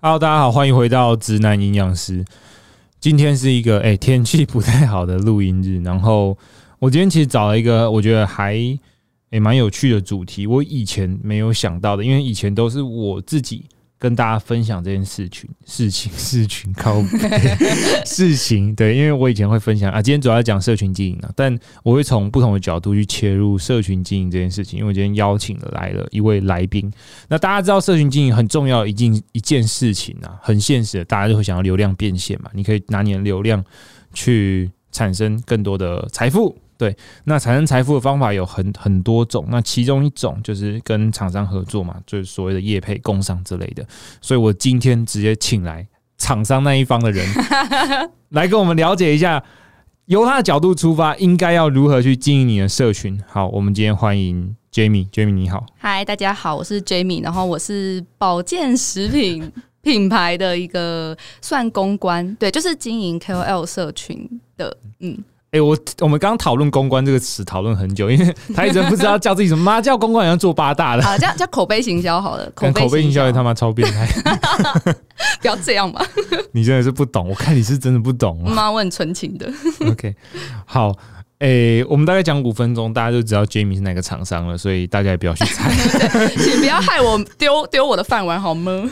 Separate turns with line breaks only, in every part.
Hello，大家好，欢迎回到直男营养师。今天是一个哎、天气不太好的录音日，然后我今天其实找了一个我觉得还也蛮、有趣的主题，我以前没有想到的，因为以前都是我自己跟大家分享这件事情、事情、 事情、靠背事情。对，因为我以前会分享啊，今天主要讲社群经营啊，但我会从不同的角度去切入社群经营这件事情，因为我今天邀请了来了一位来宾，那大家知道社群经营很重要的一件一件事情啊，很现实的，大家就会想要流量变现嘛，你可以拿你的流量去产生更多的财富。对，那产生财富的方法有很很多种，那其中一种就是跟厂商合作嘛，就是所谓的业配、工商之类的。所以我今天直接请来厂商那一方的人来跟我们了解一下，由他的角度出发，应该要如何去经营你的社群。好，我们今天欢迎 Jamie，Jamie 你好。
嗨，大家好，我是 Jamie，然后我是保健食 品品牌的一个算公关，对，就是经营 KOL 社群的，嗯，
哎、我我们刚讨论公关这个词讨论很久，因 为台人不知道叫自己什么，妈叫公关好像做八大的，
好，叫叫口碑行销好了，
跟口碑营销也他妈超变 态，
不要这样吧，
你真的是不懂，我看你是真的不懂啊。
妈，我很纯情的，
OK，好，哎、我们大概讲五分钟，大家就知道 Jamie 是哪个厂商了，所以大家也不要去猜。
请不要害我丢丢我的饭碗好吗？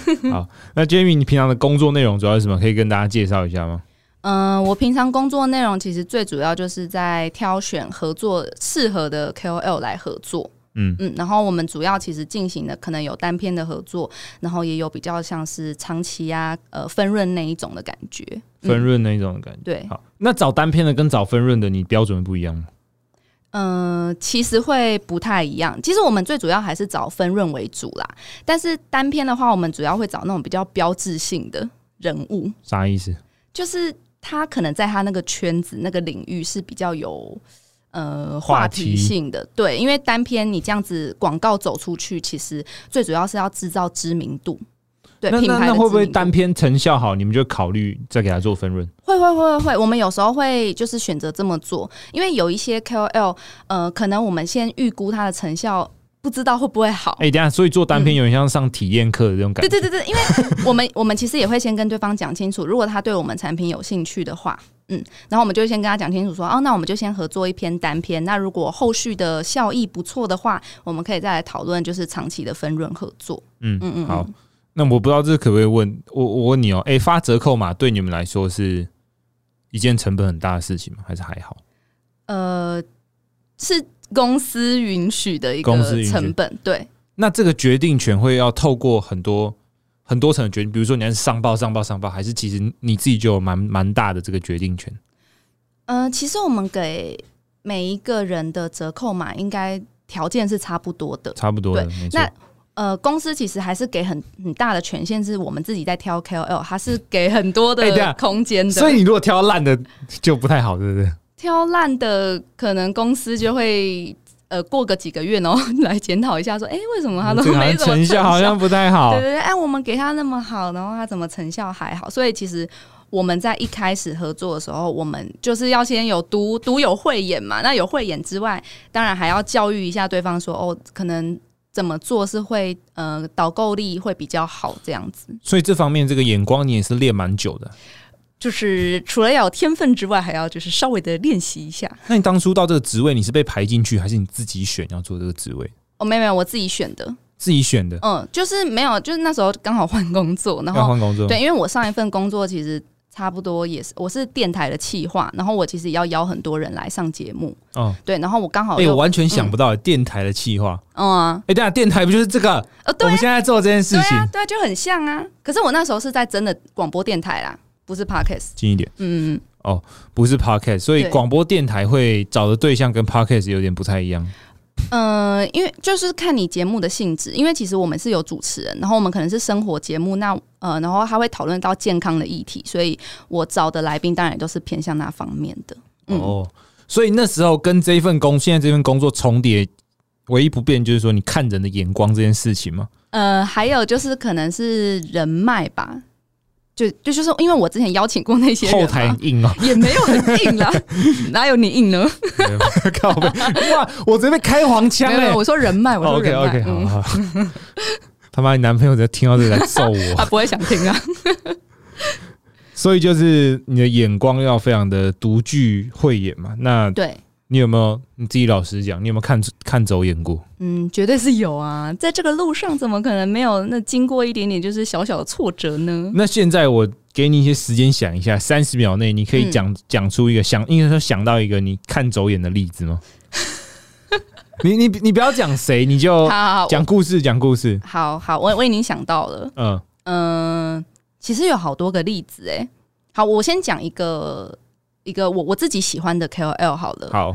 那 Jamie，你平常的工作内容主要是什么？可以跟大家介绍一下吗？
嗯、我平常工作内容其实最主要就是在挑选合作适合的 KOL 来合作。
嗯
嗯，然后我们主要其实进行的可能有单篇的合作，然后也有比较像是长期啊、呃分润那一种的感觉。
分润那一种的感觉。
对，
好，那找单片的跟找分润的，你标准不一样吗？
嗯、其实会不太一样。其实我们最主要还是找分润为主啦，但是单篇的话，我们主要会找那种比较标志性的人物，
啥意思？
就是他可能在他那个圈子、那个领域是比较有呃
话
话题
题
性的。对，因为单篇你这样子广告走出去，其实最主要是要制造知名度。对，
那
品
那
牌
那
的
会不
知
会
名度
单片成效好，你们就考虑再给他做分润？
会会会会会，我们有时候会就是选择这么做，因为有一些 KOL，呃，可能我们先预估它的成效，不知道会不会好。
哎、等一下，所以做单片有点像上体验课的这种感
嗯对
觉。
对对对，因为我们我们其实也会先跟对方讲清楚，如果他对我们产品有兴趣的话，嗯，然后我们就会先跟他讲清楚说，哦，那我们就先合作一篇单篇，那如果后续的效益不错的话，我们可以再来讨论就是长期的分润合作。
嗯
嗯嗯，
好，那我不知道这可不可以问我？我问你哦、哎、发折扣码对你们来说是一件成本很大的事情吗？还是还好？
呃，是公司允许的一
公司允
个
许
成本，对。
那这个决定权会要透过很多很多层的决定，比如说你要是上报、上报、上报，还是其实你自己就有蛮蛮大的这个决定权？
呃，其实我们给每一个人的折扣码，应该条件是差不多的。
差不多的，没错
那。呃，公司其实还是给很很大的权限，是我们自己在挑 KOL，它是给很多
哎等一下
的空间的。
所以你如果挑烂的就不太好，对不对？
挑烂的，可能公司就会呃过个几个月，然后 来检讨一下，说，哎、为什么他都
嗯这个好
没
像
怎么
成效好像不太好
对。对对，哎，我们给他那么好，然后他怎么成效还好？所以其实我们在一开始合作的时候，我们就是要先有读读有慧眼嘛。那有慧眼之外，当然还要教育一下对方说，哦，可能怎么做是会呃导购力会比较好这样子。
所以这方面这个眼光你也是练蛮久的。
就是除了要有天分之外，还要就是稍微的练习一下。
那你当初到这个职位，你是被排进去，还是你自己选要做这个职位？
哦，没有没有，我自己选的，
自己选的，
嗯，就是没有，就是那时候刚好换工作，然后
要换工作。
对，因为我上一份工作其实差不多也是，我是电台的企划，然后我其实也要邀很多人来上节目，
哦，
对，然后我刚好
哎，
又、
我完全想不到电台的企划。
嗯啊，
哎，等一下电台不就是这个？
呃，
我
对
们
啊，
现在在做这件事
对啊
情，，
对啊，就很像啊。可是我那时候是在真的广播电台啦，不是 podcast，
近一点，哦
嗯，
不是 podcast，所以
对
广播电台会找的对象跟 podcast 有点不太一样。
呃，因为就是看你节目的性质，因为其实我们是有主持人，然后我们可能是生活节目，那呃，然后他会讨论到健康的议题，所以我找的来宾当然也都是偏向那方面的。嗯
哦，所以那时候跟这一份工，现在这份工作重叠，唯一不变就是说你看人的眼光这件事情嘛。
呃，还有就是可能是人脉吧，就就就是因为我之前邀请过那些人
后
嘛
台很硬哦，
也没有很硬啦，哪有你硬呢？
靠背，哇，我直接被开黄腔
没有，没
哎
有，我说人脉，我说嗯
OK
人脉。
OK，好
嗯
好。好他妈，你男朋友在听到这里来揍
他
我。
不会想 听 啊。
所以就是你的眼光要非常的独具慧眼嘛。那
对，
你有没有你自己老实讲，你有没有看看走眼过？
嗯，绝对是有啊，在这个路上怎么可能没有那经过一点点就是小小的挫折呢？
那现在我给你一些时间想一下，三十秒内你可以
嗯
讲讲、出一个想，应该说想到一个你看走眼的例子 吗？你你你不要讲谁，你就
好好好，
讲故事，讲故事。
好好，我我已经想到了，
嗯，
嗯、其实有好多个例子哎、好，我先讲一个一个我我自己喜欢的 KOL 好了，
好，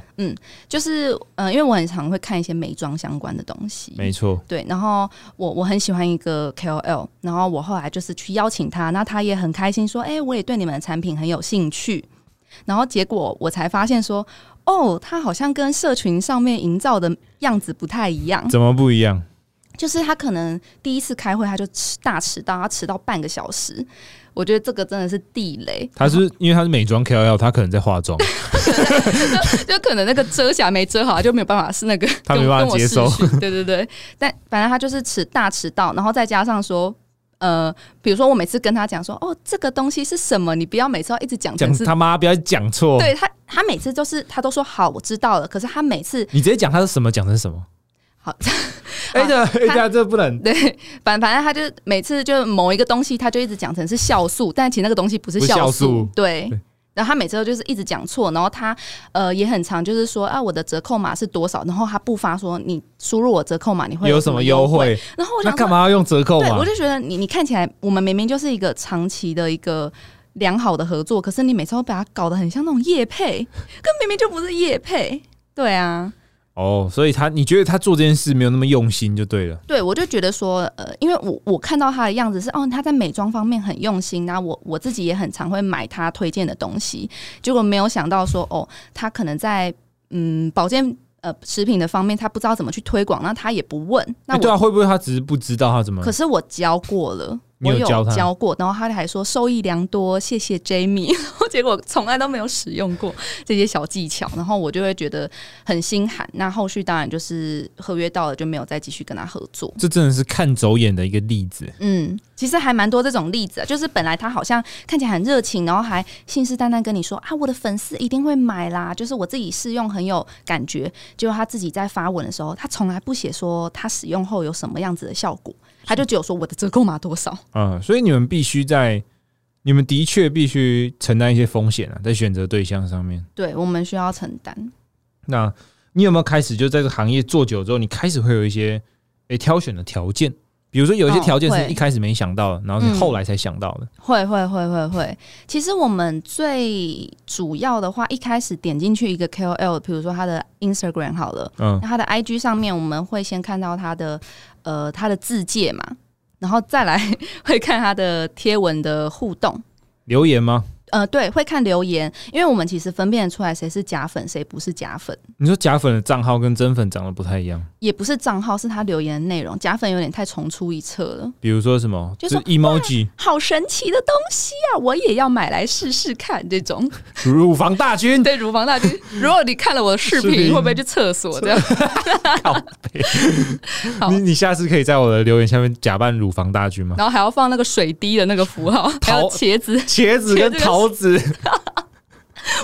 就是嗯、呃因为我很常会看一些美妆相关的东西，
没错，
对，然后我我很喜欢一个 KOL，然后我后来就是去邀请他，那他也很开心说，哎、我也对你们的产品很有兴趣。然后结果我才发现说，哦，他好像跟社群上面营造的样子不太一样，
怎么不一样？
就是他可能第一次开会他就迟大迟到，他迟到半个小时，我觉得这个真的是地雷，
他是因为他是美妆 KOL，他可能在化妆，
就可能那个遮瑕没遮好，他就没有办法是那个
他
跟
没办法
跟我
接
视
收
讯。对对对，但反正他就是迟大迟到，然后再加上说。呃，比如说我每次跟他讲说，哦，这个东西是什么，你不要每次要一直讲
讲
成是，
他妈不要讲错，
对他，他每次都是他都说好，我知道了，可是他每次
你直接讲他是什么讲成什么。
好，
哎这哎这这不能
对，反反正他就每次就某一个东西，他就一直讲成是酵素，但其实那个东西不是
不是酵
酵
素
对
对。
然后他每次都就是一直讲错，然后他呃也很常就是说啊我的折扣码是多少，然后他不发说你输入我折扣码你会
有什
什
么
优
优？惠？
然后我
那
想
干
说，
嘛要用折扣
对
嘛
我？就觉得你你看起来我们明明就是一个长期的一个良好的合作，可是你每次都把它搞得很像那种业配，跟明明就不是业配。对啊，
哦，所以他你觉得他做这件事没有那么用心就对了。
对，我就觉得说，呃，因为我我看到他的样子是，哦，他在美妆方面很用心，那我我自己也很常会买他推荐的东西，结果没有想到说，哦，他可能在嗯保健呃食品的方面，他不知道怎么去推广，那他也不问，那
哎
我、
对啊，会不会他只是不知道他怎么
可？是我教过了。
嗯你
我
有教他
教过，然后他还说受益良多，谢谢 Jamie。然 后结果从来都没有使用过这些小技巧，然后我就会觉得很心寒。那后续当然就是合约到了就没有再继续跟他合作。
这真的是看走眼的一个例子。
嗯，其实还蛮多这种例子、啊，就是本来他好像看起来很热情，然后还信誓旦旦跟你说啊，我的粉丝一定会买啦，就是我自己试用很有感觉。结果他自己在发文的时候，他从来不写说他使用后有什么样子的效果，他就只有说我的折扣码多少。
嗯，所以你们必须在，你们的确必须承担一些风险啊，在选择对象上面。
对我们需要承担。
那你有没有开始就在这个行业做久之后，你开始会有一些诶、挑选的条件？比如说有一些
哦
条件是
会
一开始没想到的，然后你
嗯
后来才想到的。
会会会会会，其实我们最主要的话，一开始点进去一个 KOL，比如说他的 Instagram 好了，
嗯，
那他的 IG 上面我们会先看到他的呃他的字界嘛，然后再来 会看他的贴文的互动。
留言吗？
呃，对，会看留言，因为我们其实分辨得出来谁是假粉，谁不是假粉，
你说假粉的账号跟真粉长得不太一样，
也不是账号，是他留言的内容。假粉有点太重出一辙了，
比如说什么，
就是说
emoji
好神奇的东西啊，我也要买来试试看。这种
乳房大军，
对乳房 大军，如果你看了我的
视
视频，
频
你会不会去厕所？这样
靠北
好
你你下次可以在我的留言下面假扮乳房大军吗？
然后还要放那个水滴的那个符号，还有
桃
茄子。
茄子跟
茄子跟
桃子，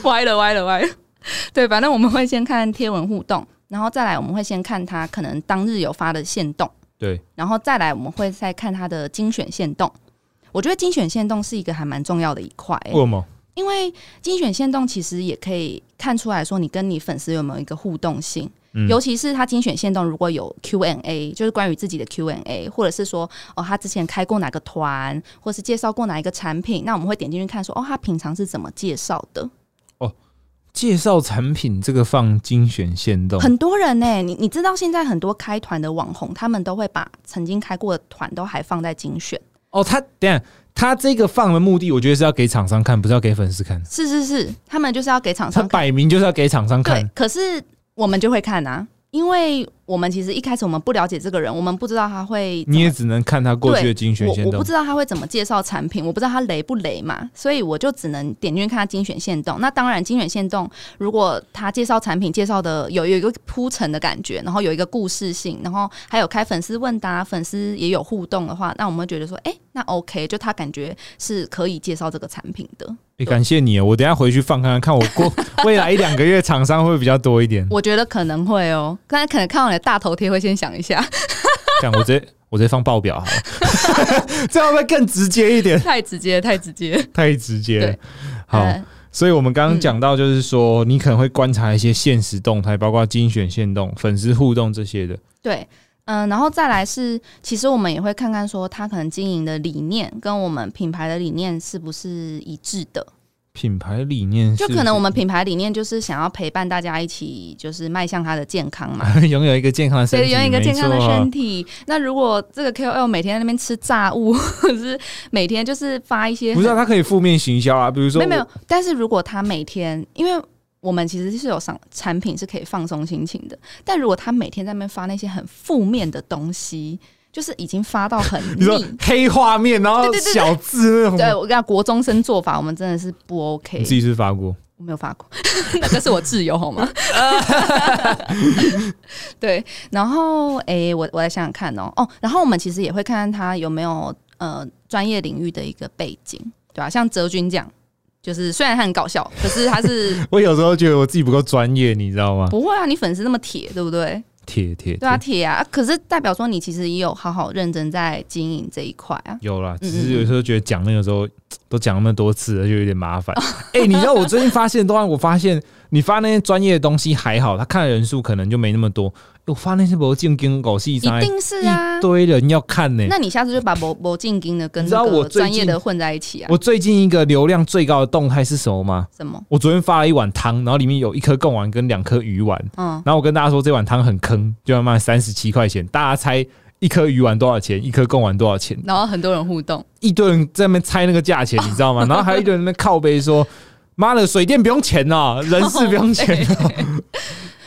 歪了，歪了，歪了。 对，反正我们会先看贴文互动，然后再来我们会先看他可能当日有发的限动，
对，
然后再来我们会再看他的精选限动。我觉得精选限动是一个还蛮重要的一块、
为什么？
因为精选限动其实也可以看出来说你跟你粉丝有没有一个互动性，
嗯
尤其是他精选限动如果有 Q&A，就是关于自己的 Q&A，或者是说哦他之前开过哪个团，或是介绍过哪一个产品，那我们会点进去看说哦他平常是怎么介绍的。
介绍产品这个放精选限动，
很多人呢、欸你你知道现在很多开团的网红，他们都会把曾经开过的团都还放在精选。
哦，他等一下他这个放的目的，我觉得是要给厂商看，不是要给粉丝看。
是是是，他们就是要给厂
他
商看。
摆明就是要给厂商
对
看，，
可是我们就会看啊，因为我们其实一开始我们不了解这个人，我们不知道他会怎
你
么
也只能看他过去的精选
我
线
我
动
不。知道他会怎么介绍产品，我不知道他雷不雷嘛，所以我就只能点进去看他精选线动。那当然，精选线动如果他介绍产品介绍的有有一个铺陈的感觉，然后有一个故事性，然后还有开粉丝问答，粉丝也有互动的话，那我们会觉得说，哎、那 OK，就他感觉是可以介绍这个产品的。
哎、感谢你，我等一下回去放看看，看我 过未来一两个月厂商会不会比较多一点。
我觉得可能会哦，刚才可能看到你的大头贴会先想一下，
看我直接我直接放报表好了， 这样会不会更直接一点？
太直接，太直接。
太直接了
对。
好，
呃
所以我们刚刚讲到，就是说、你可能会观察一些现实动态，包括精选线动、粉丝互动这些的。
对，嗯，然后再来是，其实我们也会看看说他可能经营的理念跟我们品牌的理念是不是一致的。
品牌理念
就是可能我们品牌理念就是想要陪伴大家一起，就是迈向他的健康 嘛。
拥有一个健康的身
所
体，
以拥有一个健康的
没错啊
身体。那如果这个 KOL 每天在那边吃炸物，或者是每天就是发一些
不是、啊，它可以负面行销啊，比如说
没有没
我
有，但是如果他每天，因为我们其实是有商产品是可以放松心情的，但如果他每天在那边发那些很负面的东西，就是已经发到很
你说
腻。
黑画面，然后
对对对对
小字那种，
对我跟你讲，国中生做法，我们真的是不 OK
你。自己是发过，
我没有发过， 那个是我挚友好吗？对，然后诶、我我来想想看哦，哦，然后我们其实也会看看他有没有呃专业领域的一个背景，对吧、像哲君这样，就是虽然他很搞笑，可是他是
我有时候觉得我自己不够专业，你知道吗？
不会啊，你粉丝那么铁，对不对？
铁铁
对啊，
铁
铁啊！可是代表说你其实也有好好认真在经营这一块啊。
有啦，
嗯
只是有时候觉得讲那个时候都讲那么多次了，就有点麻 烦。哎、你知道我最近发现，都让我发现你发那些专业的东西还好，他看的人数可能就没那么多。哎我发那些不进跟狗戏
一
上
定是啊
一，堆人要看呢、
那你下次就把博博进金的跟
你知道
那
我
个
最近
专业的混在一起啊？
我最近一个流量最高的动态是什么吗？
什么？
我昨天发了一碗汤，然后里面有一颗贡丸跟两颗鱼丸，
嗯，
然后我跟大家说这碗汤很坑，就要卖三十七块钱。大家猜一颗鱼丸多少钱？一颗贡丸多少钱？
然后很多人互动，
一堆人在那边猜那个价钱，你知道吗？然后还有一堆人在那边靠背说：“妈的，水电不用钱 呐、人事不用钱、啊。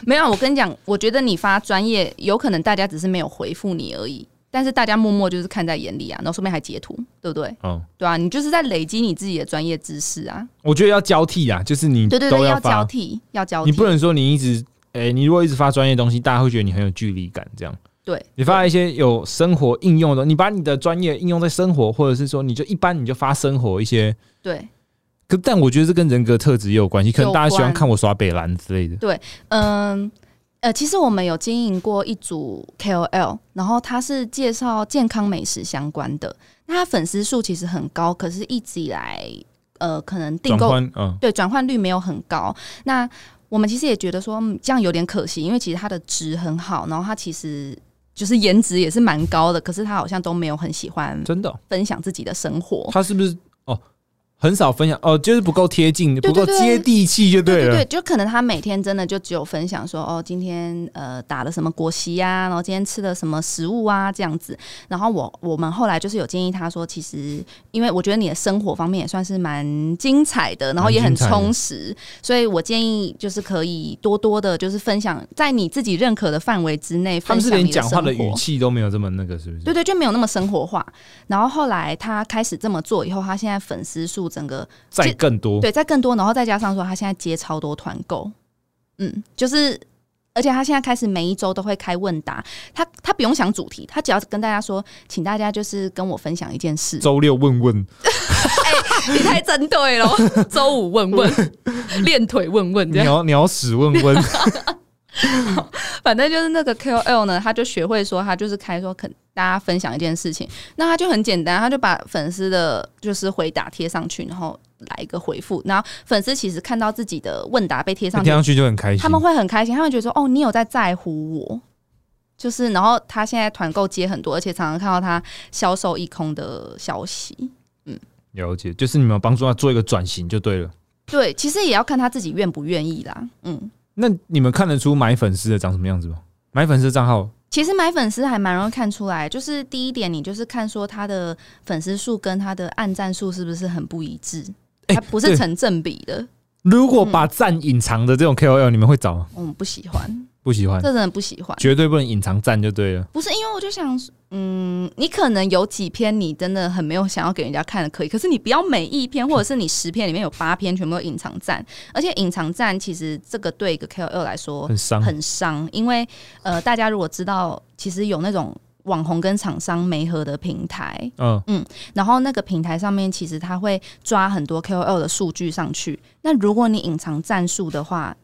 没有啊，我跟你讲，我觉得你发专业，有可能大家只是没有回复你而已，但是大家默默就是看在眼里啊，然后顺便还截图，对不对？”
嗯，
对啊，你就是在累积你自己的专业知识啊。
我觉得要交替啊，就是你
对对
嗯都
对，
要
要交
发，
替，啊要交替。
你不能说你一直，哎、你如果一直发专业东西，大家会觉得你很有距离感，这样。
对，
你发一些有生活应用的，你把你的专业应用在生活，或者是说你就一般你就发生活一些，
对。
可但我觉得这跟人格特质也有关系，可能
有
大家喜欢
关
看我耍北兰之类的。
嗯，呃，其实我们有经营过一组 KOL，然后他是介绍健康美食相关的，那他粉丝数其实很高，可是一直以来，呃，可能订
转
购
换，嗯，
对转换率没有很高。那我们其实也觉得说，嗯，这样有点可惜，因为其实他的值很好，然后他其实就是颜值也是蛮高的，可是他好像都没有很喜欢
真的哦、
分享自己的生活。
他是不是哦？很少分享哦，就是不够贴近，
对
不够
对
接地气就
对
了。
对，就可能他每天真的就只有分享说，哦，今天呃打了什么国席啊，然后今天吃了什么食物啊这样子。然后我我们后来就是有建议他说，其实因为我觉得你的生活方面也算是蛮精彩的，然后也很
蛮精彩的
充实，所以我建议就是可以多多的，就是分享在你自己认可的范围之内，
他
分
们是
享
连
你
讲话的
生活
语气都没有这么那个，是不是？
对对，就没有那么生活化。然后后来他开始这么做以后，他现在粉丝数整个
再更多，，
对，再更多，然后再加上说他现在接超多团购，嗯，就是。而且他现在开始每一周都会开问答，他他不用想主题，他只要跟大家说，请大家就是跟我分享一件事
周六问问，
你太针对了。周五问问，练腿问问这样，
鸟鸟屎问 问，
反正就是那个 KOL 呢，他就学会说，他就是开说肯大家分享一件事情，那他就很简单，他就把粉丝的就是回答贴上去，然后来一个回复，然后粉丝其实看到自己的问答被贴上
听
去
上去就很开心。
他们会很开心，他们觉得说哦，你有在在乎我，就是然后他现在团购接很多，而且常常看到他销售一空的消息。
了解，就是你们有帮助他做一个转型就对了。
对，其实也要看他自己愿不愿意啦。嗯，
那你们看得出买粉丝的长什么样子吗？买粉丝的账号
其实买粉丝还蛮容易看出来，就是第一点，你就是看说他的粉丝数跟他的按赞数是不是很不一致，
哎
它不是
对
成正比的。
如果把赞隐藏的这种 KOL，你们会找吗？
我们不喜欢，
不喜欢
这，嗯真的不喜欢。
绝对不能隐藏赞就对了。
不是因为我就想，嗯，你可能有几篇你真的很没有想要给人家看的，可以，可是你不要每一篇，或者是你十篇里面有八篇全部都隐藏赞，而且隐藏赞其实这个对一个 KOL 来说
很伤，
很伤，因为呃，大家如果知道，其实有那种网红跟厂商媒合的平台，
嗯，
然后那个平台上面其实它会抓很多 KOL 的数据上去。那如果你隐藏战术的话，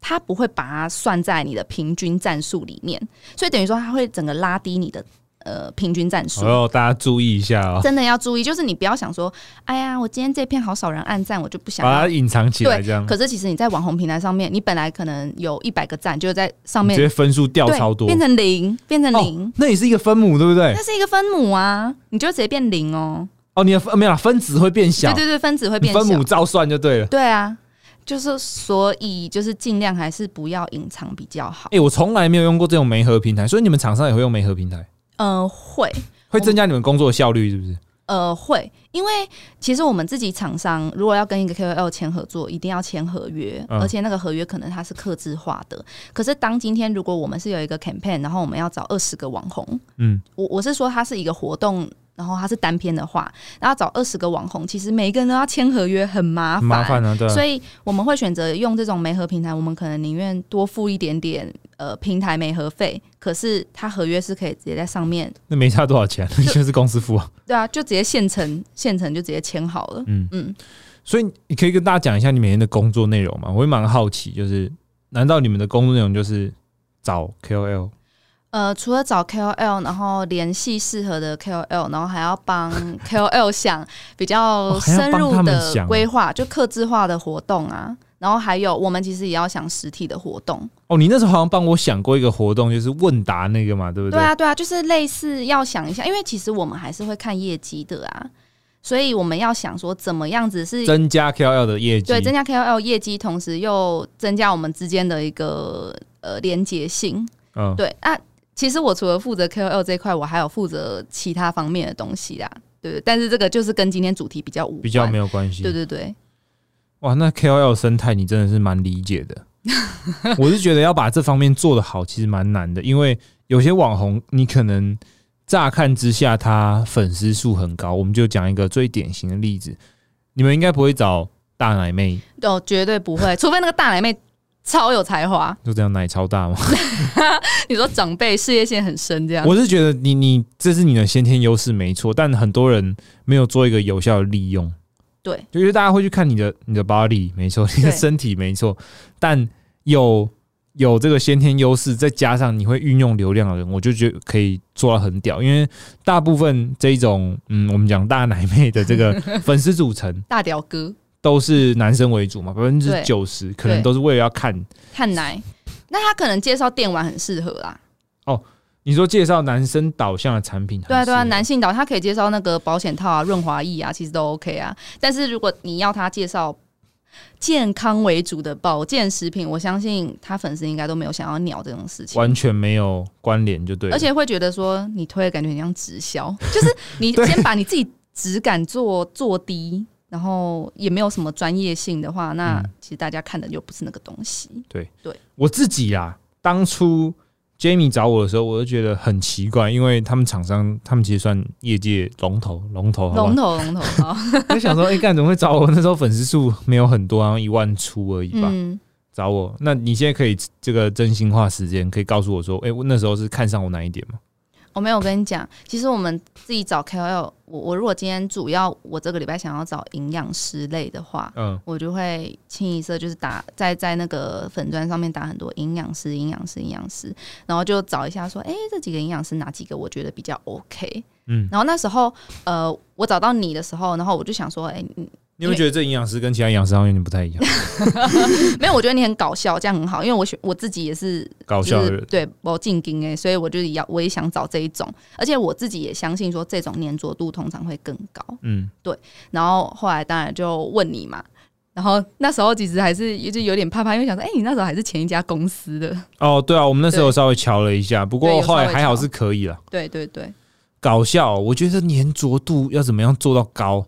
它不会把它算在你的平均战术里面，所以等于说它会整个拉低你的呃平均战术。
哦，大家注意一下哦，
真的要注意，就是你不要想说，哎呀，我今天这篇好少人按赞，我就不想要
把它隐藏起来，
对
这样
可是其实你在网红平台上面，你本来可能有一百个赞，就在上
你
面
直接分数掉超多，
对变成零，变成零。
哦，那也是一个分母，对不对
它？是一个分母啊，你就直接变零哦。
哦，你的分没有啦分子会变小，
对对对，分子会变
分
小
母。照算就对了。
对啊，就是所以就是尽量还是不要隐藏比较好。
哎、我从来没有用过这种媒合平台，所以你们厂商也会用媒合平台，
嗯、会，
会增加你们工作的效率，是不是？
呃，会，因为其实我们自己厂商如果要跟一个 KOL 签合作，一定要签合约，
嗯
而且那个合约可能它是刻制化的。可是当今天如果我们是有一个 campaign，然后我们要找二十个网红，
嗯，
我我是说它是一个活动。然后它是单篇的话，然后找二十个网红，其实每一个人都要签合约，很麻
很麻烦啊，对啊。
所以我们会选择用这种媒合平台，我们可能宁愿多付一点点呃平台媒合费，可是它合约是可以直接在上面，
那没差多少 钱，就是公司付啊。
对啊，就直接现成 现成就直接签好了。
嗯
嗯，
所以你可以跟大家讲一下你每天的工作内容吗？我会蛮好奇，就是难道你们的工作内容就是找 KOL？
呃，除了找 KOL，然后联系适合的 KOL，然后还要帮 KOL 想比较
哦还要
深入
帮他们
的
想
规划，就客制化的活动啊。然后还有，我们其实也要想实体的活动。
哦，你那时候好像帮我想过一个活动，就是问答那个嘛，对不
对啊，对啊，就是类似要想一下，因为其实我们还是会看业绩的啊，所以我们要想说怎么样子是
增加 KOL 的业绩，
对增加 KOL 业绩，同时又增加我们之间的一个呃连结性。
嗯，
对，那、其实我除了负责 KOL 这一块，我还有负责其他方面的东西啦。对，但是这个就是跟今天主题比较无关，
比较没有关系。
对对对，
哇，那 KOL 生态你真的是蛮理解的。 我是觉得要把这方面做得好，其实蛮难的，因为有些网红你可能乍看之下他粉丝数很高，我们就讲一个最典型的例子，你们应该不会找大奶妹，
哦，绝对不会，除非那个大奶妹超有才华，
就这样奶超大吗？
你说长辈事业线很深这样。
我是觉得你你这是你的先天优势没错，但很多人没有做一个有效的利用。
对，
就是大家会去看你的你的 body 没错，你的
对
身体没错，但有有这个先天优势，再加上你会运用流量的人，我就觉得可以做到很屌。因为大部分这种嗯，我们讲大奶妹的这个 粉丝组成
大屌哥
都是男生为主嘛，百分之
对
九十可能
对
都是为了要看
看奶，那他可能介绍电玩很适合啦。
你说介绍男生导向的产品很适
对
合，
啊，对啊，男性导他可以介绍那个保险套啊、润滑液啊，其实都 OK 啊。但是如果你要他介绍健康为主的保健食品，我相信他粉丝应该都没有想要鸟这种事情。
完全没有关联就对了，
而且会觉得说你推的感觉很像直销， 就是你先把你自己质感做做低，然后也没有什么专业性的话，那
嗯
其实大家看的就不是那个东西。
我自己啦，当初 Jamie 找我的时候，我就觉得很奇怪，因为他们厂商，他们其实算业界龙头，龙头好
龙
吧？
头龙头， 好，
我就想说，哎、干怎么会找我？那时候粉丝数没有很多，好像一万出而已吧。
嗯，
找我，那你现在可以这个真心话时间，可以告诉我说，哎、我那时候是看上我哪一点吗？
我没有跟你讲，其实我们自己找 KOL，我我如果今天主要我这个礼拜想要找营养师类的话，
嗯，
我就会清一色就是打在在那个粉砖上面打很多营养师、营养师、营养师，然后就找一下说，哎、这几个营养师哪几个我觉得比较 OK，
嗯
然后那时候呃，我找到你的时候，然后我就想说，哎、你
你有没有觉得这营养师跟其他营养师好像有点不太一样？
没有，我觉得你很搞笑，这样很好，因为我喜我自己也是
搞笑
就
的
是
人，
对我进京哎，所以我就要我也想找这一种，而且我自己也相信说这种粘着度通常会更高。
嗯，
然后后来当然就问你嘛，然后那时候其实还是就有点怕怕，因为想说，哎、你那时候还是前一家公司的，
哦，对啊，我们那时候
对
稍微瞧了一下，不
对
过
有
后来
稍微
还好
瞧
是可以了。
对对对，
搞笑、哦我觉得粘着度要怎么样做到高？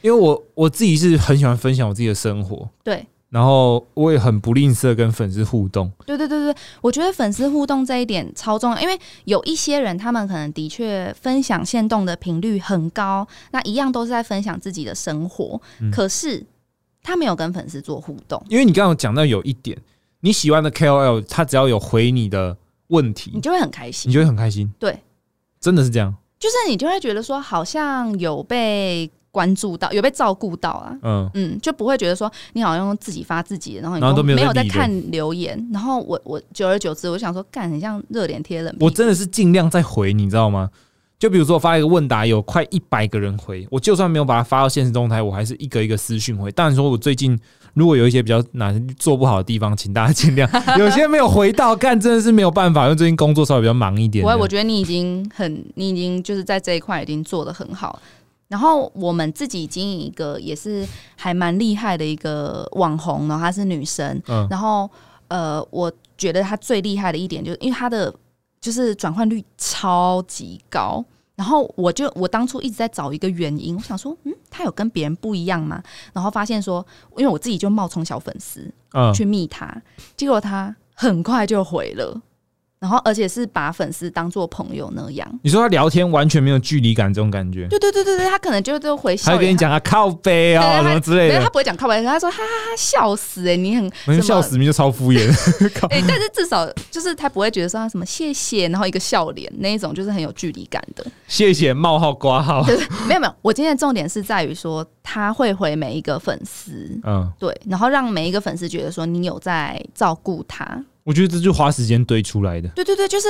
因为我我自己是很喜欢分享我自己的生活，
对，
然后我也很不吝啬跟粉丝互动，
对对对对，我觉得粉丝互动这一点超重要，因为有一些人他们可能的确分享线动的频率很高，那一样都是在分享自己的生活，可是他没有跟粉丝做互动，
因为你刚刚讲到有一点，你喜欢的 KOL 他只要有回你的问题
你，就会很开
你
心，
就会很开心。
对，
真的是这样。
就是你就会觉得说好像有被关注到，有被照顾到啊。
嗯，
嗯，就不会觉得说你好像自己发自己的，然后你
然后都没有
没有
在
在
理人
看留言，然后我我久而久之，我就想说，干，很像热脸贴冷屁股
我真的是尽量在回，你知道吗？就比如说我发一个问答，有快一百个人回，我就算没有把它发到现实动态，我还是一个一个私讯回。当然说，我最近如果有一些比较哪做不好的地方，请大家见谅。有些没有回到，干真的是没有办法，因为最近工作稍微比较忙一点。
我我觉得你已经很，你已经就是在这一块已经做的很好。然后我们自己经营一个也是还蛮厉害的一个网红，然后她是女生，
嗯
然后呃，我觉得她最厉害的一点就是因为她的就是转换率超级高。然后我就我当初一直在找一个原因，我想说，嗯，她有跟别人不一样吗？然后发现说，因为我自己就冒充小粉丝，
嗯，
去密他，结果他很快就回了，然后而且是把粉丝当做朋友那样。
你说他聊天完全没有距离感，这种感觉，
对对对对对，他可能就就回笑
还
脸，
会跟你讲啊靠背哦
对
什
他
么之类
没有，
的
他，不会讲靠白，他说哈哈哈笑死哎、你很
我就
什么
笑死，啊你就超敷衍。 靠
哎、但是至少就是他不会觉得说他什么谢谢，然后一个笑脸那一种就是很有距离感的。
谢谢冒号挂号。
对对，没有没有，我今天的重点是在于说他会回每一个粉丝，
嗯，
对，然后让每一个粉丝觉得说你有在照顾他，
我觉得这就花时间堆出来的。
对对对，就是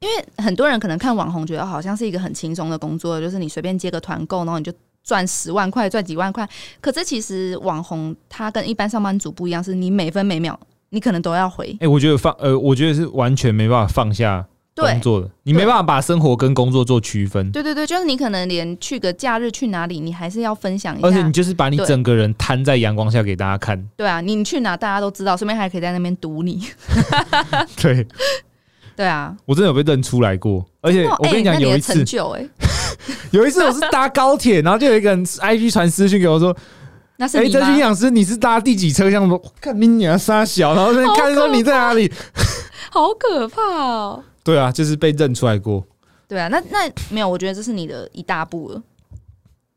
因为很多人可能看网红觉得好像是一个很轻松的工作，就是你随便接个团购，然后你就赚十万块、赚几万块。可是其实网红他跟一般上班族不一样，是你每分每秒你可能都要回
哎、。我觉得放呃，我觉得是完全没办法放下工
对
作的，你没
对
办法把生活跟工作做区分，
对对对，就是你可能连去个假日去哪里，你还是要分享一
而且
下
你。就是把你
对
整个人摊在阳光下给大家看。
对啊，你你去哪大家都知道，顺便还可以在那边堵你。
对
对啊，
我真的有被认出来过，而且
哇
我跟
哎
你讲，
那
有
的
一次
成，就哎、
有一次我是搭高 铁，然后就有一个人 IG 传私讯给我说：“
那是
哎，
你
这
吗？
营养师你是搭第几车厢？”我看你娘傻小，然后在那
哦
边看说你在哪里？
好可怕哦！
对啊，就是被认出来过。
对啊，那那没有，我觉得这是你的一大步了。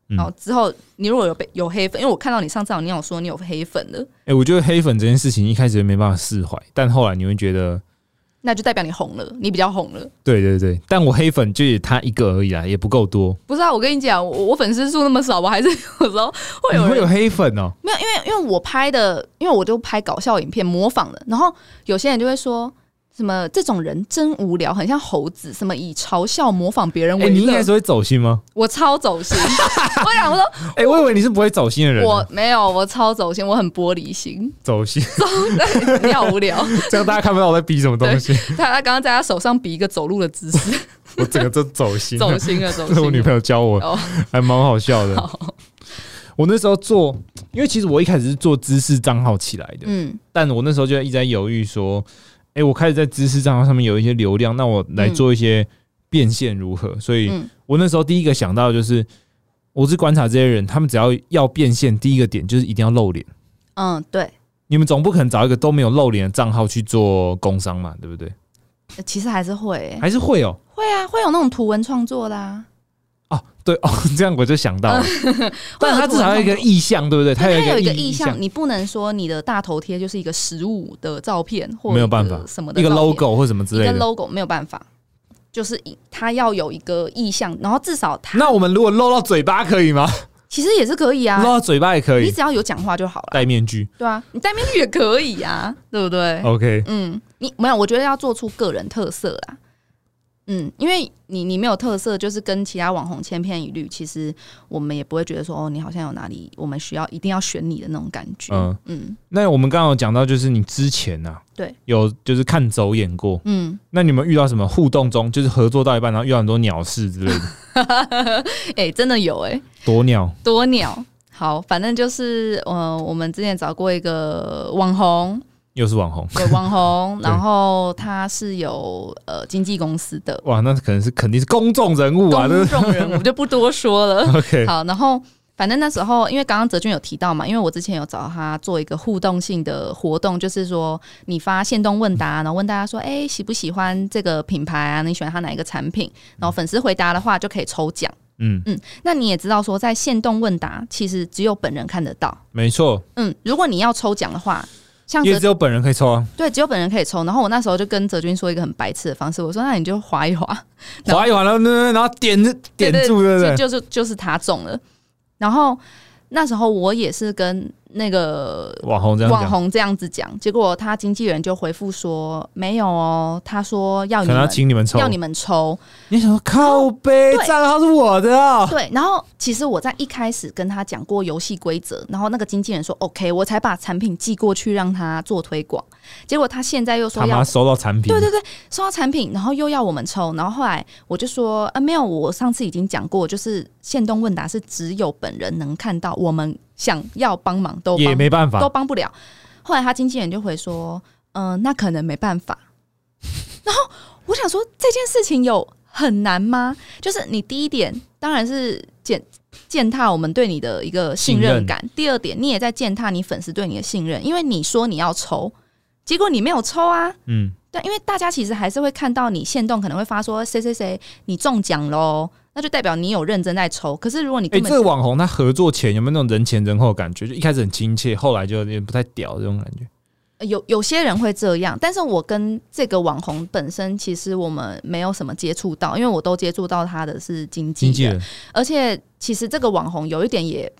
嗯
然后之后，你如果有被有黑粉，因为我看到你上次好像你有说你有黑粉的，
哎、我觉得黑粉这件事情一开始没办法释怀，但后来你会觉得，
那就代表你红了，你比较红了。
对对对，但我黑粉就也他一个而已啦，也不够多。
不是啊，我跟你讲，我我粉丝数那么少，我还是有时候
你
会有
会
人
有黑粉哦、
没有，因为因为我拍的，因为我就拍搞笑影片模仿的，然后有些人就会说。什么这种人真无聊，很像猴子。什么以嘲笑模仿别人
哎、
为
你一
乐，
开始会走心吗？
我超走心。 我想说，
哎、我以为你是不会走心的人啊、
我没有，我超走心，我很玻璃心。
走心，
你好无聊。
这样大家看不到我在逼什么东西，
他他刚刚在他手上比一个走路的姿势，
我整个都走心了。
走心了，走
这
心
是
了。
我女朋友教我，
哦
还蛮好笑的。我那时候做，因为其实我一开始是做知识账号起来的，
嗯，
但我那时候就一直在犹豫说，哎、我开始在知识账号上面有一些流量，那我来做一些变现如何？所以
嗯
我那时候第一个想到的就是，我是观察这些人，他们只要要变现，第一个点就是一定要露脸。
嗯，对，
你们总不可能找一个都没有露脸的账号去做工商嘛，对不对？
呃其实还是会欸、
还是会哦、
会啊，会有那种图文创作的啊，
哦，对哦， 这样我就想 到了，但
会
他
有图
至少有一个意向，对不对？
它
有一
有一个
意
意向，，你不能说你的大头贴就是一个实物的照片，或
没有
一个
办法
什么的
一个
照片
logo 或什么之
一
类
个
的。
logo 没有办法，就是以它要有一个意向，然后至少它
那我们如果露到嘴巴可以吗？
其实也是可以啊
露，到嘴巴也可
你
以，
只要有讲话就好了，
戴面具。
对啊，你戴面具也可以啊，对不对？
OK，
嗯，你没有，我觉得要做出个人特色啦。嗯，因为你你没有特色，就是跟其他网红千篇一律，其实我们也不会觉得说哦，你好像有哪里我们需要一定要选你的那种感觉。
嗯
嗯
那我们刚刚有讲到，就是你之前呐、啊，
对，
有就是看走眼过。
嗯，
那你们遇到什么互动中，就是合作到一半，然后遇到很多鸟事之类 的，
哎、真的有哎、
多鸟，
多鸟。好，反正就是呃，我们之前找过一个网红，
又是网红，
对网红，
对
然后他是有呃经纪公司 的
哇，那可能是肯定是公众人物啊，这
公
是
众人物，就不多说了。
OK，
好，然后反正那时候，因为刚刚哲俊有提到嘛，因为我之前有找他做一个互动性的活动，就是说你发现动问答，然后问大家说，哎、喜不喜欢这个品牌啊？你喜欢它哪一个产品？然后粉丝回答的话就可以抽奖。
嗯，
那你也知道说，在现动问答其实只有本人看得到。
没错，
嗯，如果你要抽奖的话，像哲
也只有本人可以抽啊，
对，只有本人可以抽。然后我那时候就跟哲君说一个很白痴的方式，我说那你就划一划，然后
划一划，然后然后点点住，对不对？
就就是就是他中了。然后那时候我也是跟那个
网红这样
网
讲，
红这样子讲，结果他经纪人就回复说没有哦，他说要
可
你
能要
们
请你们抽，
要你们抽。
你想说靠背
对
账号是我的哦，
对，然后其实我在一开始跟他讲过游戏规则，然后那个经纪人说 OK，我才把产品寄过去让他做推广。结果他现在又说
他
要
妈收到产品，
对对对，收到产品，然后又要我们抽，然后后来我就说啊，没有，我上次已经讲过，就是限动问答是只有本人能看到，我们想要帮忙都
也
帮
没办
都
法，
帮不了。后来他经纪人就回说，嗯、那可能没办 法。然后我想说这件事情有很难吗？就是你第一点当然是践践踏我们对你的一个信任感，第二点你也在践踏你粉丝对你的信任，因为你说你要抽，结果你没有抽啊。
嗯，
对，因为大家其实还是会看到你限动可能会发说谁谁谁你中奖喽，那就代表你有认真在抽。可是如果你
哎、
根
这
本、
个网红他合作前有没有那种人前人后的感觉？就一开始很亲切，后来就有点不太屌这种感觉。
呃有有些人会这样，但是我跟这个网红本身其实我们没有什么接触到，因为我都接触到他的是经纪
经
人，
纪人，
而且其实这个网红有一点也。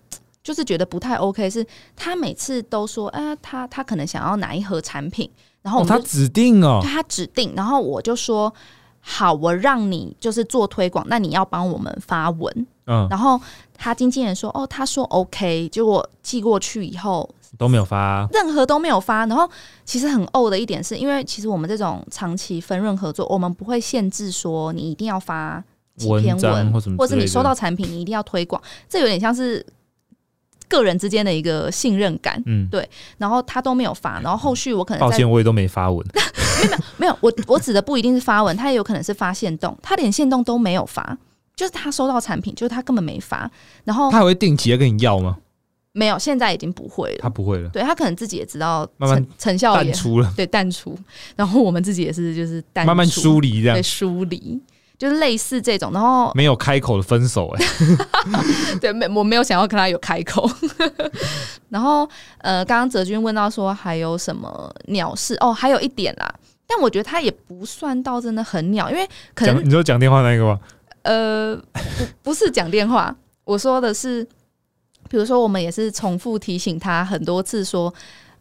就是觉得不太 OK，是他每次都说，哎、他他可能想要哪一盒产品，然后
哦
我，们
他
就
指定哦
对，他指定，然后我就说好，我让你就是做推广，那你要帮我们发文。
嗯，
然后他经纪人说哦，他说 OK，结果寄过去以后，
都没有发啊、
任何都没有发。然后其实很呕的一点是，因为其实我们这种长期分润合作，我们不会限制说你一定要发几
文
篇文，
章或什么之类的
或是你收到产品你一定要推广，这有点像是个人之间的一个信任感。
嗯，
然后他都没有发，然后后续我可能
抱
在
歉，我也都没发文。
没有，我我指的不一定是发文，他也有可能是发现动，他连现动都没有发，就是他收到产品，就是他根本没发，然后
他还会定期来跟你要吗？
没有，现在已经不会了。
他不会了，
对他可能自己也知道成
慢慢
成效
淡
哦也
出了，
对淡出，然后我们自己也是就是淡
慢慢
疏
疏离这样
对，疏离，就是类似这种。然后
没有开口的分手、欸，哎，
对，没我没有想要跟他有开口。 然后呃，刚刚哲君问到说还有什么鸟事哦，还有一点啦，但我觉得他也不算到真的很鸟，因为可能
讲你说讲电话那个吗？
呃，不不是讲电话，我说的是，比如说我们也是重复提醒他很多次说，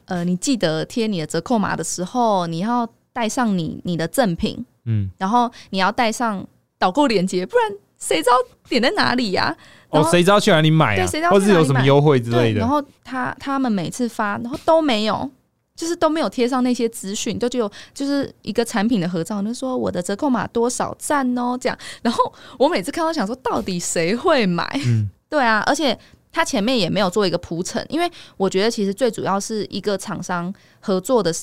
呃，你记得贴你的折扣码的时候，你要带上你你的赠品，
嗯，
然后你要带上导购链接，不然谁知道点在哪里呀、然
哦，
后
谁知道去哪里买啊
对谁知？道去
或是有什
哪
么
里买
优惠之类的？
然后他他们每次发，然后都没有。就是都没有贴上那些资讯，都只有就是一个产品的合照，就说我的折扣码多少赞哦，这样。然后我每次看到想说，到底谁会买？
嗯，
对啊，而且他前面也没有做一个铺陈，因为我觉得其实最主要是一个厂商合作的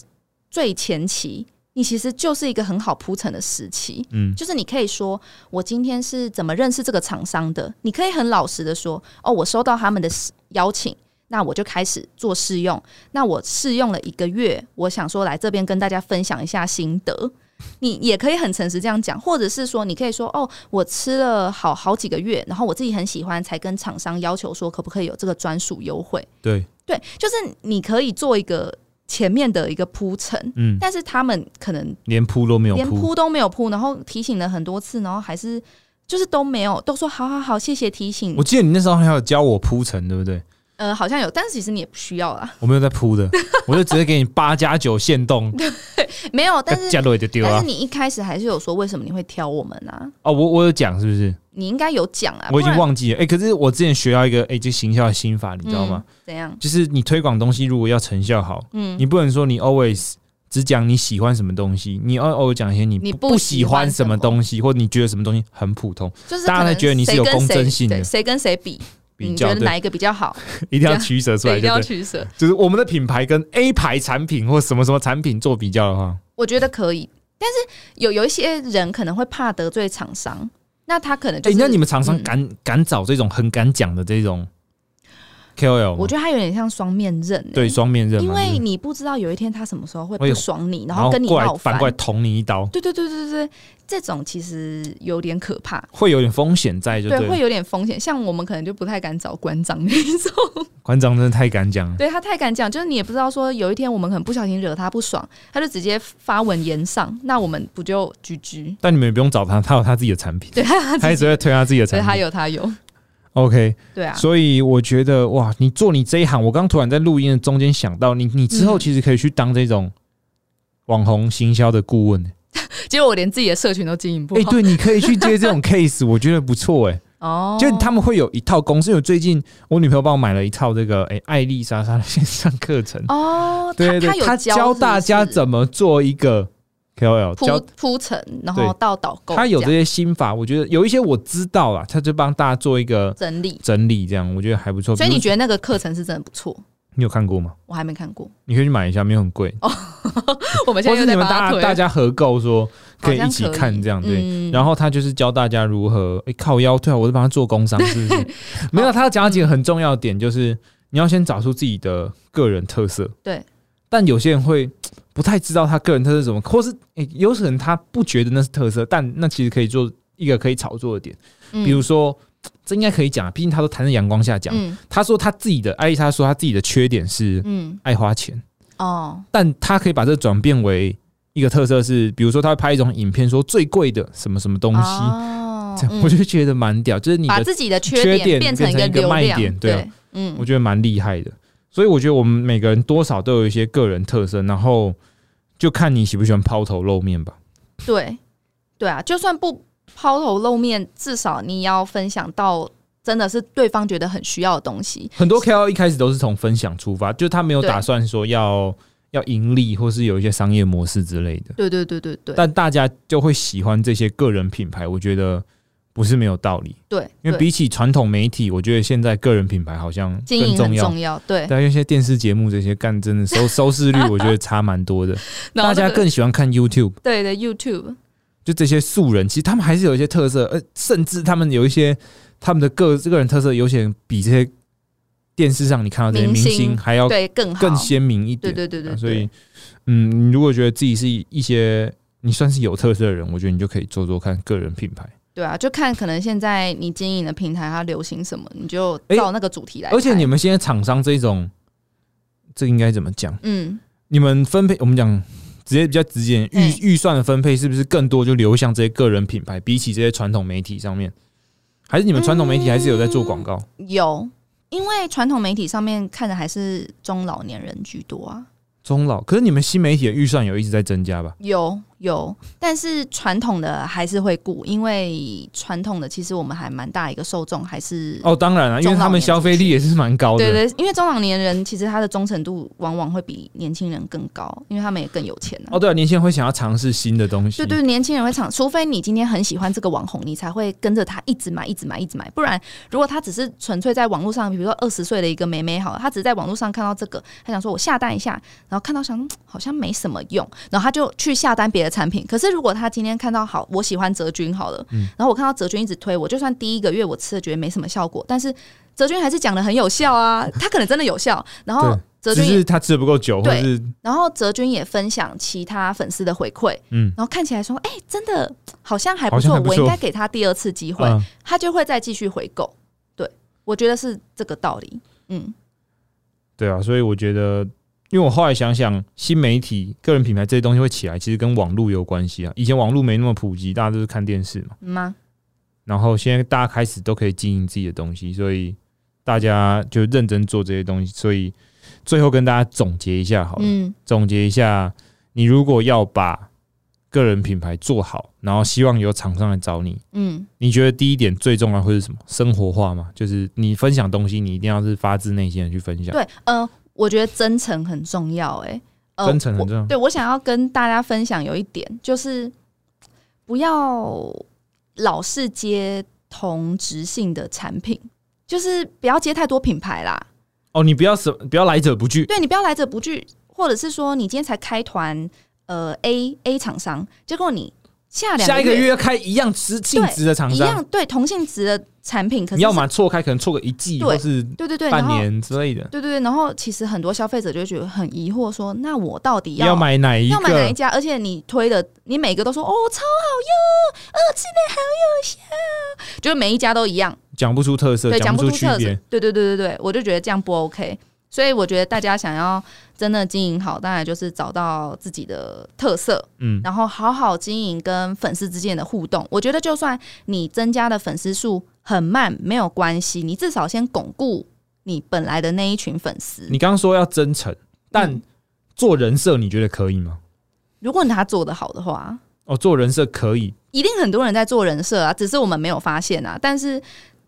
最前期，你其实就是一个很好铺陈的时期。
嗯
就是你可以说我今天是怎么认识这个厂商的，你可以很老实的说，哦，我收到他们的邀请。那我就开始做试用，那我试用了一个月，我想说来这边跟大家分享一下心得。你也可以很诚实这样讲，或者是说，你可以说哦，我吃了好好几个月，然后我自己很喜欢，才跟厂商要求说可不可以有这个专属优惠。
对，
对，就是你可以做一个前面的一个铺陈，
嗯，
但是他们可能
连铺都没有
连
铺，
铺都没有铺，然后提醒了很多次，然后还是就是都没有，都说好好好，谢谢提醒
我。记得你那时候还有教我铺陈，对不对？
呃，好像有，但是其实你也不需要啦，
我没有在铺的，我就直接给你八加九限动，
没有，但是
加落也就丢
但
啊
是。你一开始还是有说为什么你会挑我们啊？
哦，我我有讲是不是？
你应该有讲啊，
我已经
不然
忘记了。哎、可是我之前学到一个哎、这行销的心法，你知道吗？
嗯怎样？
就是你推广东西如果要成效好，
嗯，
你不能说你 always 只讲你喜欢什么东西，你要偶尔讲一些你
你
不
不
喜
喜
欢
欢
什
什
么
么
东西，或你觉得什么东西很普通，
就是
大家才
可能
觉得你是有
谁跟
公正
谁
性的
对谁跟谁比，
比
你
较
觉得
对，
哪一个比 较好，
一定要
这样
取舍出
对，
来，
一定
就
要
对？
取舍。
就是我们的品牌跟 A 牌产品或什么什么产品做比较的话，
我觉得可以，但是有有一些人可能会怕得罪厂商，那他可能就
哎、
是
那你们厂商
嗯
敢、敢找这种很敢讲的这种 KOL，
我
吗
觉得他有点像双面刃、欸，
对双面刃
因
嘛，就
为
是
你不知道有一天他什么时候会
哎
不
呦
爽你，然
然
后
后
跟你
过来
闹
反
翻。
过来捅你一刀，
对对对对对对，这种其实有点可怕，
会有点风险在，就
对，会
对。
有点风险。像我们可能就不太敢找馆长那一种，
馆长真的太敢讲了，
对他太敢讲，就是你也不知道说有一天我们可能不小心惹他不爽，他就直接发文言上，那我们不就居居？
但你们也不用找他，他有他自己的产品，
对，他
他一直在推他自己的
所以
产
他
品。
有他有，
OK，
对啊，
所以我觉得哇，你做你这一行，我刚突然在录音的中间想到，你你之后
嗯
其实可以去当这种网红行销的顾问、欸。
结果我连自己的社群都经营不
哎、
好。
对，你可以去接 这种 case，我觉得不错哎、
哦，
就他们会有一套公司，因为我最近我女朋友帮我买了一套这个哎、艾丽莎莎的线上课程，
哦，
对
他
对
有
对，她
教
教大家
是
怎么做一个 KOL，
不是
教
铺铺陈，然
对
后到导购这样，
她有这些心法，我觉得有一些我知道啦，她就帮大家做一个
整理，
整理，这样我觉得还不错。
所以你
比如
觉得那个课程是真的不错？
你有看过吗？
我还没看 过，
你可以去买一下，没有很贵。
我们现
或是
在又
你
在
们
帮
大
他
家
推，
大家合购说可以
好像
一起看这样对。
嗯
然后他就是教大家如何、诶靠腰退啊，我是帮他做工商，是不 是？没有，他讲到几个很重要的点，就是你要先找出自己的个人特色。
对，
但有些人会嘖不太知道他个人特色是什么，或是诶、有可能他不觉得那是特色，但那其实可以做一个可以炒作的点。
嗯
比如说，嘖这应该可以讲啊，毕竟他都谈在阳光下讲。
嗯
他说他自己的，艾丽莎说他自己的缺点是
嗯
爱花钱。
哦
但他可以把这转变为一个特色是，比如说他会拍一种影片说最贵的什么什么东西，
哦
这样
嗯
我就觉得蛮屌，就是你
把
的，
自己的
缺
缺
点
变成
变成一个
流
卖
量，
点对啊
对，嗯
我，觉得蛮厉害的。所以我觉得我们每个人多少都有一些个人特色，然后就看你喜不喜欢抛头露面吧。
对对啊，就算不抛头露面，至少你要分享到真的是对方觉得很需要的东西。
很多 KOL 一开始都是从分享出发，就他没有
对
打算说要要盈利，或是有一些商业模式之类的。
对对对对对，
但大家就会喜欢这些个人品牌，我觉得不是没有道理。
对，
因为
对
比起传统媒体，我觉得现在个人品牌好像
经营
更
很
重要。
重要，对，
对，因为现在电视节目这些干真的 收收视率，我觉得差蛮多的。
然后
大家
那个
更喜欢看 YouTube，
对的 YouTube，
就这些素人，其实他们还是有一些特色，呃，甚至他们有一些他们的个个人特色，有些比这些电视上你看到这些明
明星
星还要
对更好，
更鲜明一
对
点。
对对对，
啊
对
所以，嗯，你如果觉得自己是一些你算是有特色的人，我觉得你就可以做做看个人品牌。
对啊，就看可能现在你经营的平台它流行什么，你就
诶
照那个主题来拍。
而且你们现在厂商这种，这应该怎么讲？
嗯，
你们分配，我们讲直接比较直接，
嗯
预预算的分配是不是更多就流向这些个人品牌，比起这些传统媒体上面？还是你们传统媒体还是有在做广告？
嗯有，因为传统媒体上面看的还是中老年人居多啊。
中老，可是你们新媒体的预算有一直在增加吧？
有有，但是传统的还是会顾，因为传统的其实我们还蛮大一个受众还是
哦，当然了、因为
中老
他们
年
消费力也是蛮高的。
对对，因为中老年人其实他的忠诚度往往会比年轻人更高，因为他们也更有钱啊。
哦，对啊，年轻人会想要尝试新的东西。
对对，年轻人会唱，除非你今天很喜欢这个网红，你才会跟着他一直买、一直买、一直买。不然，如果他只是纯粹在网络上，比如说二十岁的一个妹妹好了，她只是在网络上看到这个，她想说我下单一下，然后看到想嗯好像没什么用，然后她就去下单别的产品。可是如果她今天看到好，我喜欢泽君好了，
嗯
然后我看到泽君一直推我，就算第一个月我吃了觉得没什么效果，但是泽君还是讲的很有 效啊，他可能真的有效。然后
对
泽
只
君也
是他吃的不够久，或
对
是
然后哲君也分享其他粉丝的回馈，
嗯
嗯，然后看起来说，哎、真的好像还不
好像
错，
还不
我
错
应该给他第二次机会，
嗯，
他就会再继续回购。对，我觉得是这个道理。嗯，
对啊，所以我觉得，因为我后来想想，新媒体、个人品牌这些东西会起来，其实跟网络有关系啊。以前网络没那么普及，大家都是看电视嘛。
嗯吗？
然后现在大家开始都可以经营自己的东西，所以大家就认真做这些东西。所以最后跟大家总结一下好了，
嗯，
总结一下，你如果要把个人品牌做好，然后希望有厂商来找你，
嗯，
你觉得第一点最重要会是什么？生活化嘛，就是你分享东西，你一定要是发自内心的去分享，
对，呃，我觉得真诚很重要、诶，哎、呃，
真诚很
我
重要。
对我想要跟大家分享有一点，就是不要老是接同质性的产品，就是不要接太多品牌啦。
哦，你不要什不要来者不拒，
对你不要来者不拒，或者是说你今天才开团，呃 A A 厂商，结果你下两
下一
个
个月要开一样直净值的厂
一
商
样，对同性质的产品，可是
你要么错开，可能错个一季
对
或是
对对对，然
半
后
年之类的。
对对对，然后其实很多消费者就会觉得很疑惑说，那我到底
要买哪一
要买哪一
个？
家？而且你推的，你每个都说哦超好用，哦真的好有效，就是每一家都一样，
讲不出特色，
对，讲
不
不
出
出
区
特色
别。，
对对对对对，我就觉得这样不 OK。所以我觉得大家想要真的经营好，当然就是找到自己的特色，
嗯，
然后好好经营跟粉丝之间的互动。我觉得，就算你增加的粉丝数很慢，没有关系，你至少先巩固你本来的那一群粉丝。
你刚刚说要真诚，
嗯
但做人设你觉得可以吗？
如果他做得好的话，
哦，做人设可以，
一定很多人在做人设啊，只是我们没有发现啊。但是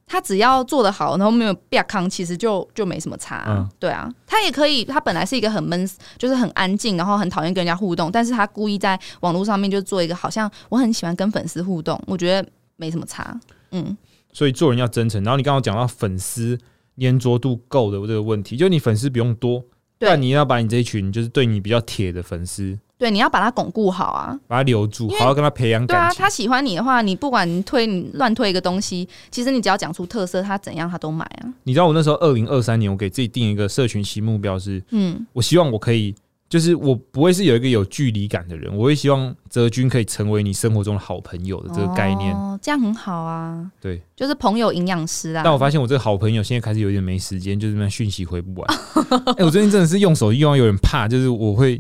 他只要做得好，然后没有变康，其实就就没什么差、
嗯
对啊，他也可以，他本来是一个很闷，就是很安静，然后很讨厌跟人家互动，但是他故意在网络上面就做一个好像我很喜欢跟粉丝互动，我觉得没什么差。嗯，
所以做人要真诚。然后你刚刚讲到粉丝粘着度够的这个问题，就你粉丝不用多，
对
但你要把你这一群就是对你比较铁的粉丝，
对，你要把它巩固好啊。
把他留住，好好跟他培养
对
感
啊，
情。
他喜欢你的话，你不管你推你乱推一个东西，其实你只要讲出特色，他怎样他都买啊。
你知道我那时候二零二三年，我给自己定一个社群期目标是，
嗯，
我希望我可以，就是我不会是有一个有距离感的人，我会希望泽君可以成为你生活中的好朋友的这个概念。
哦，这样很好啊。
对，
就是朋友营养师啊。
但我发现我这个好朋友现在开始有点没时间，就是那讯息回不完。 哎、我最近真的是用手机用到有点怕，就是我会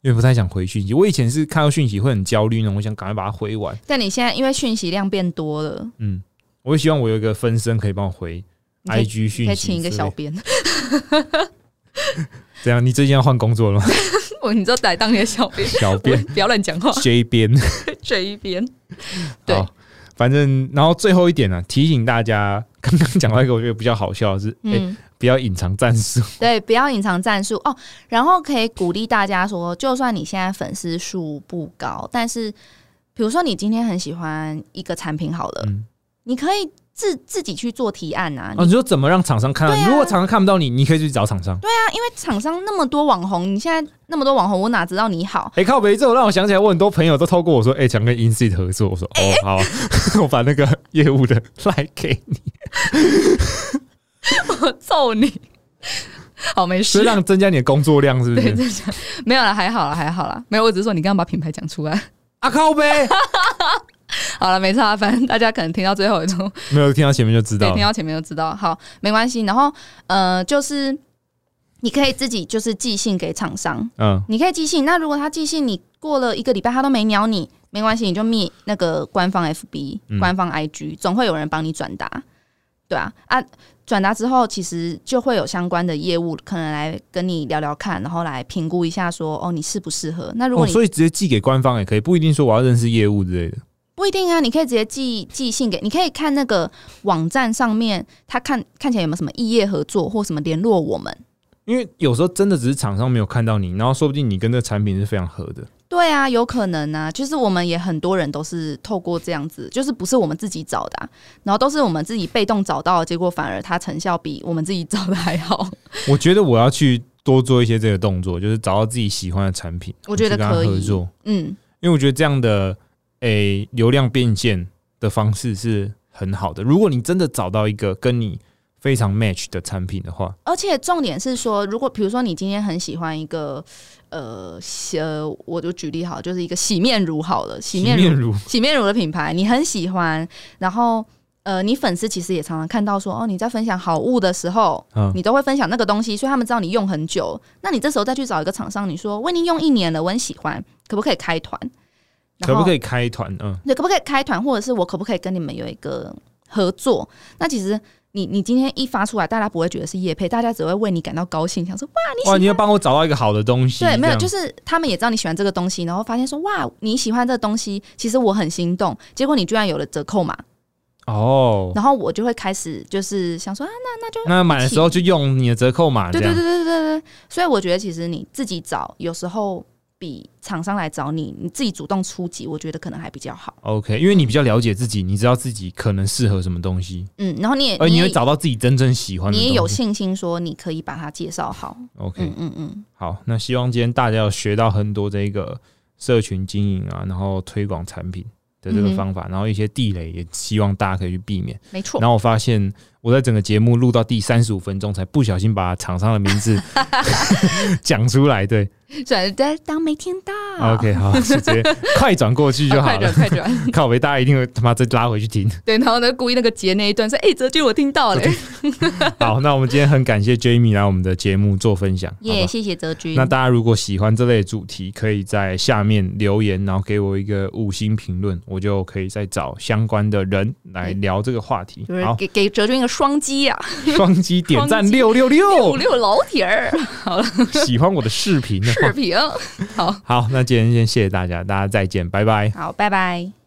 有点不太想回讯息。我以前是看到讯息会很焦虑呢，我想赶快把它回完。
但你现在因为讯息量变多了，
嗯，我会希望我有一个分身可以帮我回
你可以
IG
可
讯
以
息
请
之
一个
类
小
的。
编，
怎样？你最近要换工作 了吗？
我你就来当你的小编，
小 编
不要乱讲 话，
J 编。
这一边。 对
好，哎反正然后最后一点呢、提醒大家，刚刚讲到一个我觉得比较好笑的是，哎、
嗯，
不要隐藏战术。
对，不要隐藏战术哦。然后可以鼓励大家说，就算你现在粉丝数不高，但是比如说你今天很喜欢一个产品好了，
嗯，
你可以自自己去做提案啊。
哦，你说怎么让厂商看到？
对啊
如果厂商看不到你，你可以去找厂商。对，
那、因为厂商那么多网红，你现在那么多网红，我哪知道 你好？
哎、靠北，这种让我想起来，我很多朋友都透过我说，哎、想跟 Inseed 合作。我说，哦，好啊， 我把那个业务 的赖给你，
我揍你！ 好，没
是
事，
让增加你的工作量，是不
对
是？
对对，没有了，还好了，还好了，没有，我只是说你刚刚把品牌讲出来。
啊靠 北，
好了，没差，反正大家可能听到最后也都
没有听到前面就知
对，
道
听
了。
到前面就知道。好，没关系。然后呃，就是你可以自己就是寄信给厂商，
嗯，
你可以寄信。那如果他寄信你过了一个礼拜他都没鸟你，没关系，你就密那个官方 FB、
嗯
官方 IG，总会有人帮你转达。对啊，啊，转达之后，其实就会有相关的业务可能来跟你聊聊看，然后来评估一下说，哦，你适不适合。那如果
哦，
你、
所以直接寄给官方也可以，不一定说我要认识业务之类的。
不一定啊，你可以直接寄寄信给，你可以看那个网站上面，他看看起来有没有什么异业合作或什么联络我们。
因为有时候真的只是厂商没有看到你，然后说不定你跟这个产品是非常合的。
对啊，有可能啊，就是我们也很多人都是透过这样子，就是不是我们自己找的啊、然后都是我们自己被动找到的，结果反而它成效比我们自己找的还 好。
我觉得我要去多做一些这个动作，就是找到自己喜欢的产品，
我觉得
去跟他
可以
合作，
嗯，
因为我觉得这样的诶、流量变现的方式是很好的。如果你真的找到一个跟你非常 match 的产品的话，
而且重点是说，如果比如说你今天很喜欢一个呃洗呃，我就举例好，就是一个洗面乳好了，洗面乳
面乳
洗面乳的品牌，你很喜欢，然后呃，你粉丝其实也常常看到说，哦，你在分享好物的时候，
嗯
你都会分享那个东西，所以他们知道你用很久。那你这时候再去找一个厂商，你说我已经用一年了，我很喜欢，可不可以开团？
可不可
以？
以开团？嗯，
对，可不可以开团，或者是我可不可以跟你们有一个合作？那其实你你今天一发出来，大家不会觉得是叶配，大家只会为你感到高兴，想说哇，你喜
哇，
欢
你要帮我找到一个好的东西，
对，没有，
这样
就是他们也知道你喜欢这个东西，然后发现说哇，你喜欢这个东西，其实我很心动，结果你居然有了折扣码，
哦。
然后我就会开始就是想说啊，那那就
那买的时候就用你的折扣码，这
对
样
对对对对对，所以我觉得其实你自己找，有时候比厂商来找你，你自己主动出击，我觉得可能还比较好。
OK，因为你比较了解自己，你知道自己可能适合什么东西，
嗯，然后你也
哦而你
也
会找到自己真正喜欢的
你也有
东西。
信心说你可以把它介绍好。
OK，
嗯嗯嗯，
好，那希望今天大家有学到很多这个社群经营啊，然后推广产品的这个方法，然后一些地雷也希望大家可以去避免。
没错
然。后我发现我在整个节目录到第三十五分钟，才不小心把厂商的名 字讲出来。对、
转在当没听到。哦
o k 好，直接快转过去就
啊快
好
转
了。
快转。
靠北，大家一定会他妈再拉回去听。
对，然后呢，故意那个截那一段说：“哎、泽君，我听到了。
好，那我们今天很感谢 Jamie 来我们的节目做分享”，好
耶、
吧？
谢谢泽君。
那大家如果喜欢这类主题，可以在下面留言，然后给我一个五星评论，我就可以再找相关的人来聊这个话题。
就是
好，
给给哲君一个双击啊，
双击点赞
双击
六六
五
六，
六老铁 儿
喜欢我的视频的话
视，频。
好，那今天先谢谢大家，大家再见，拜拜。
好，拜拜。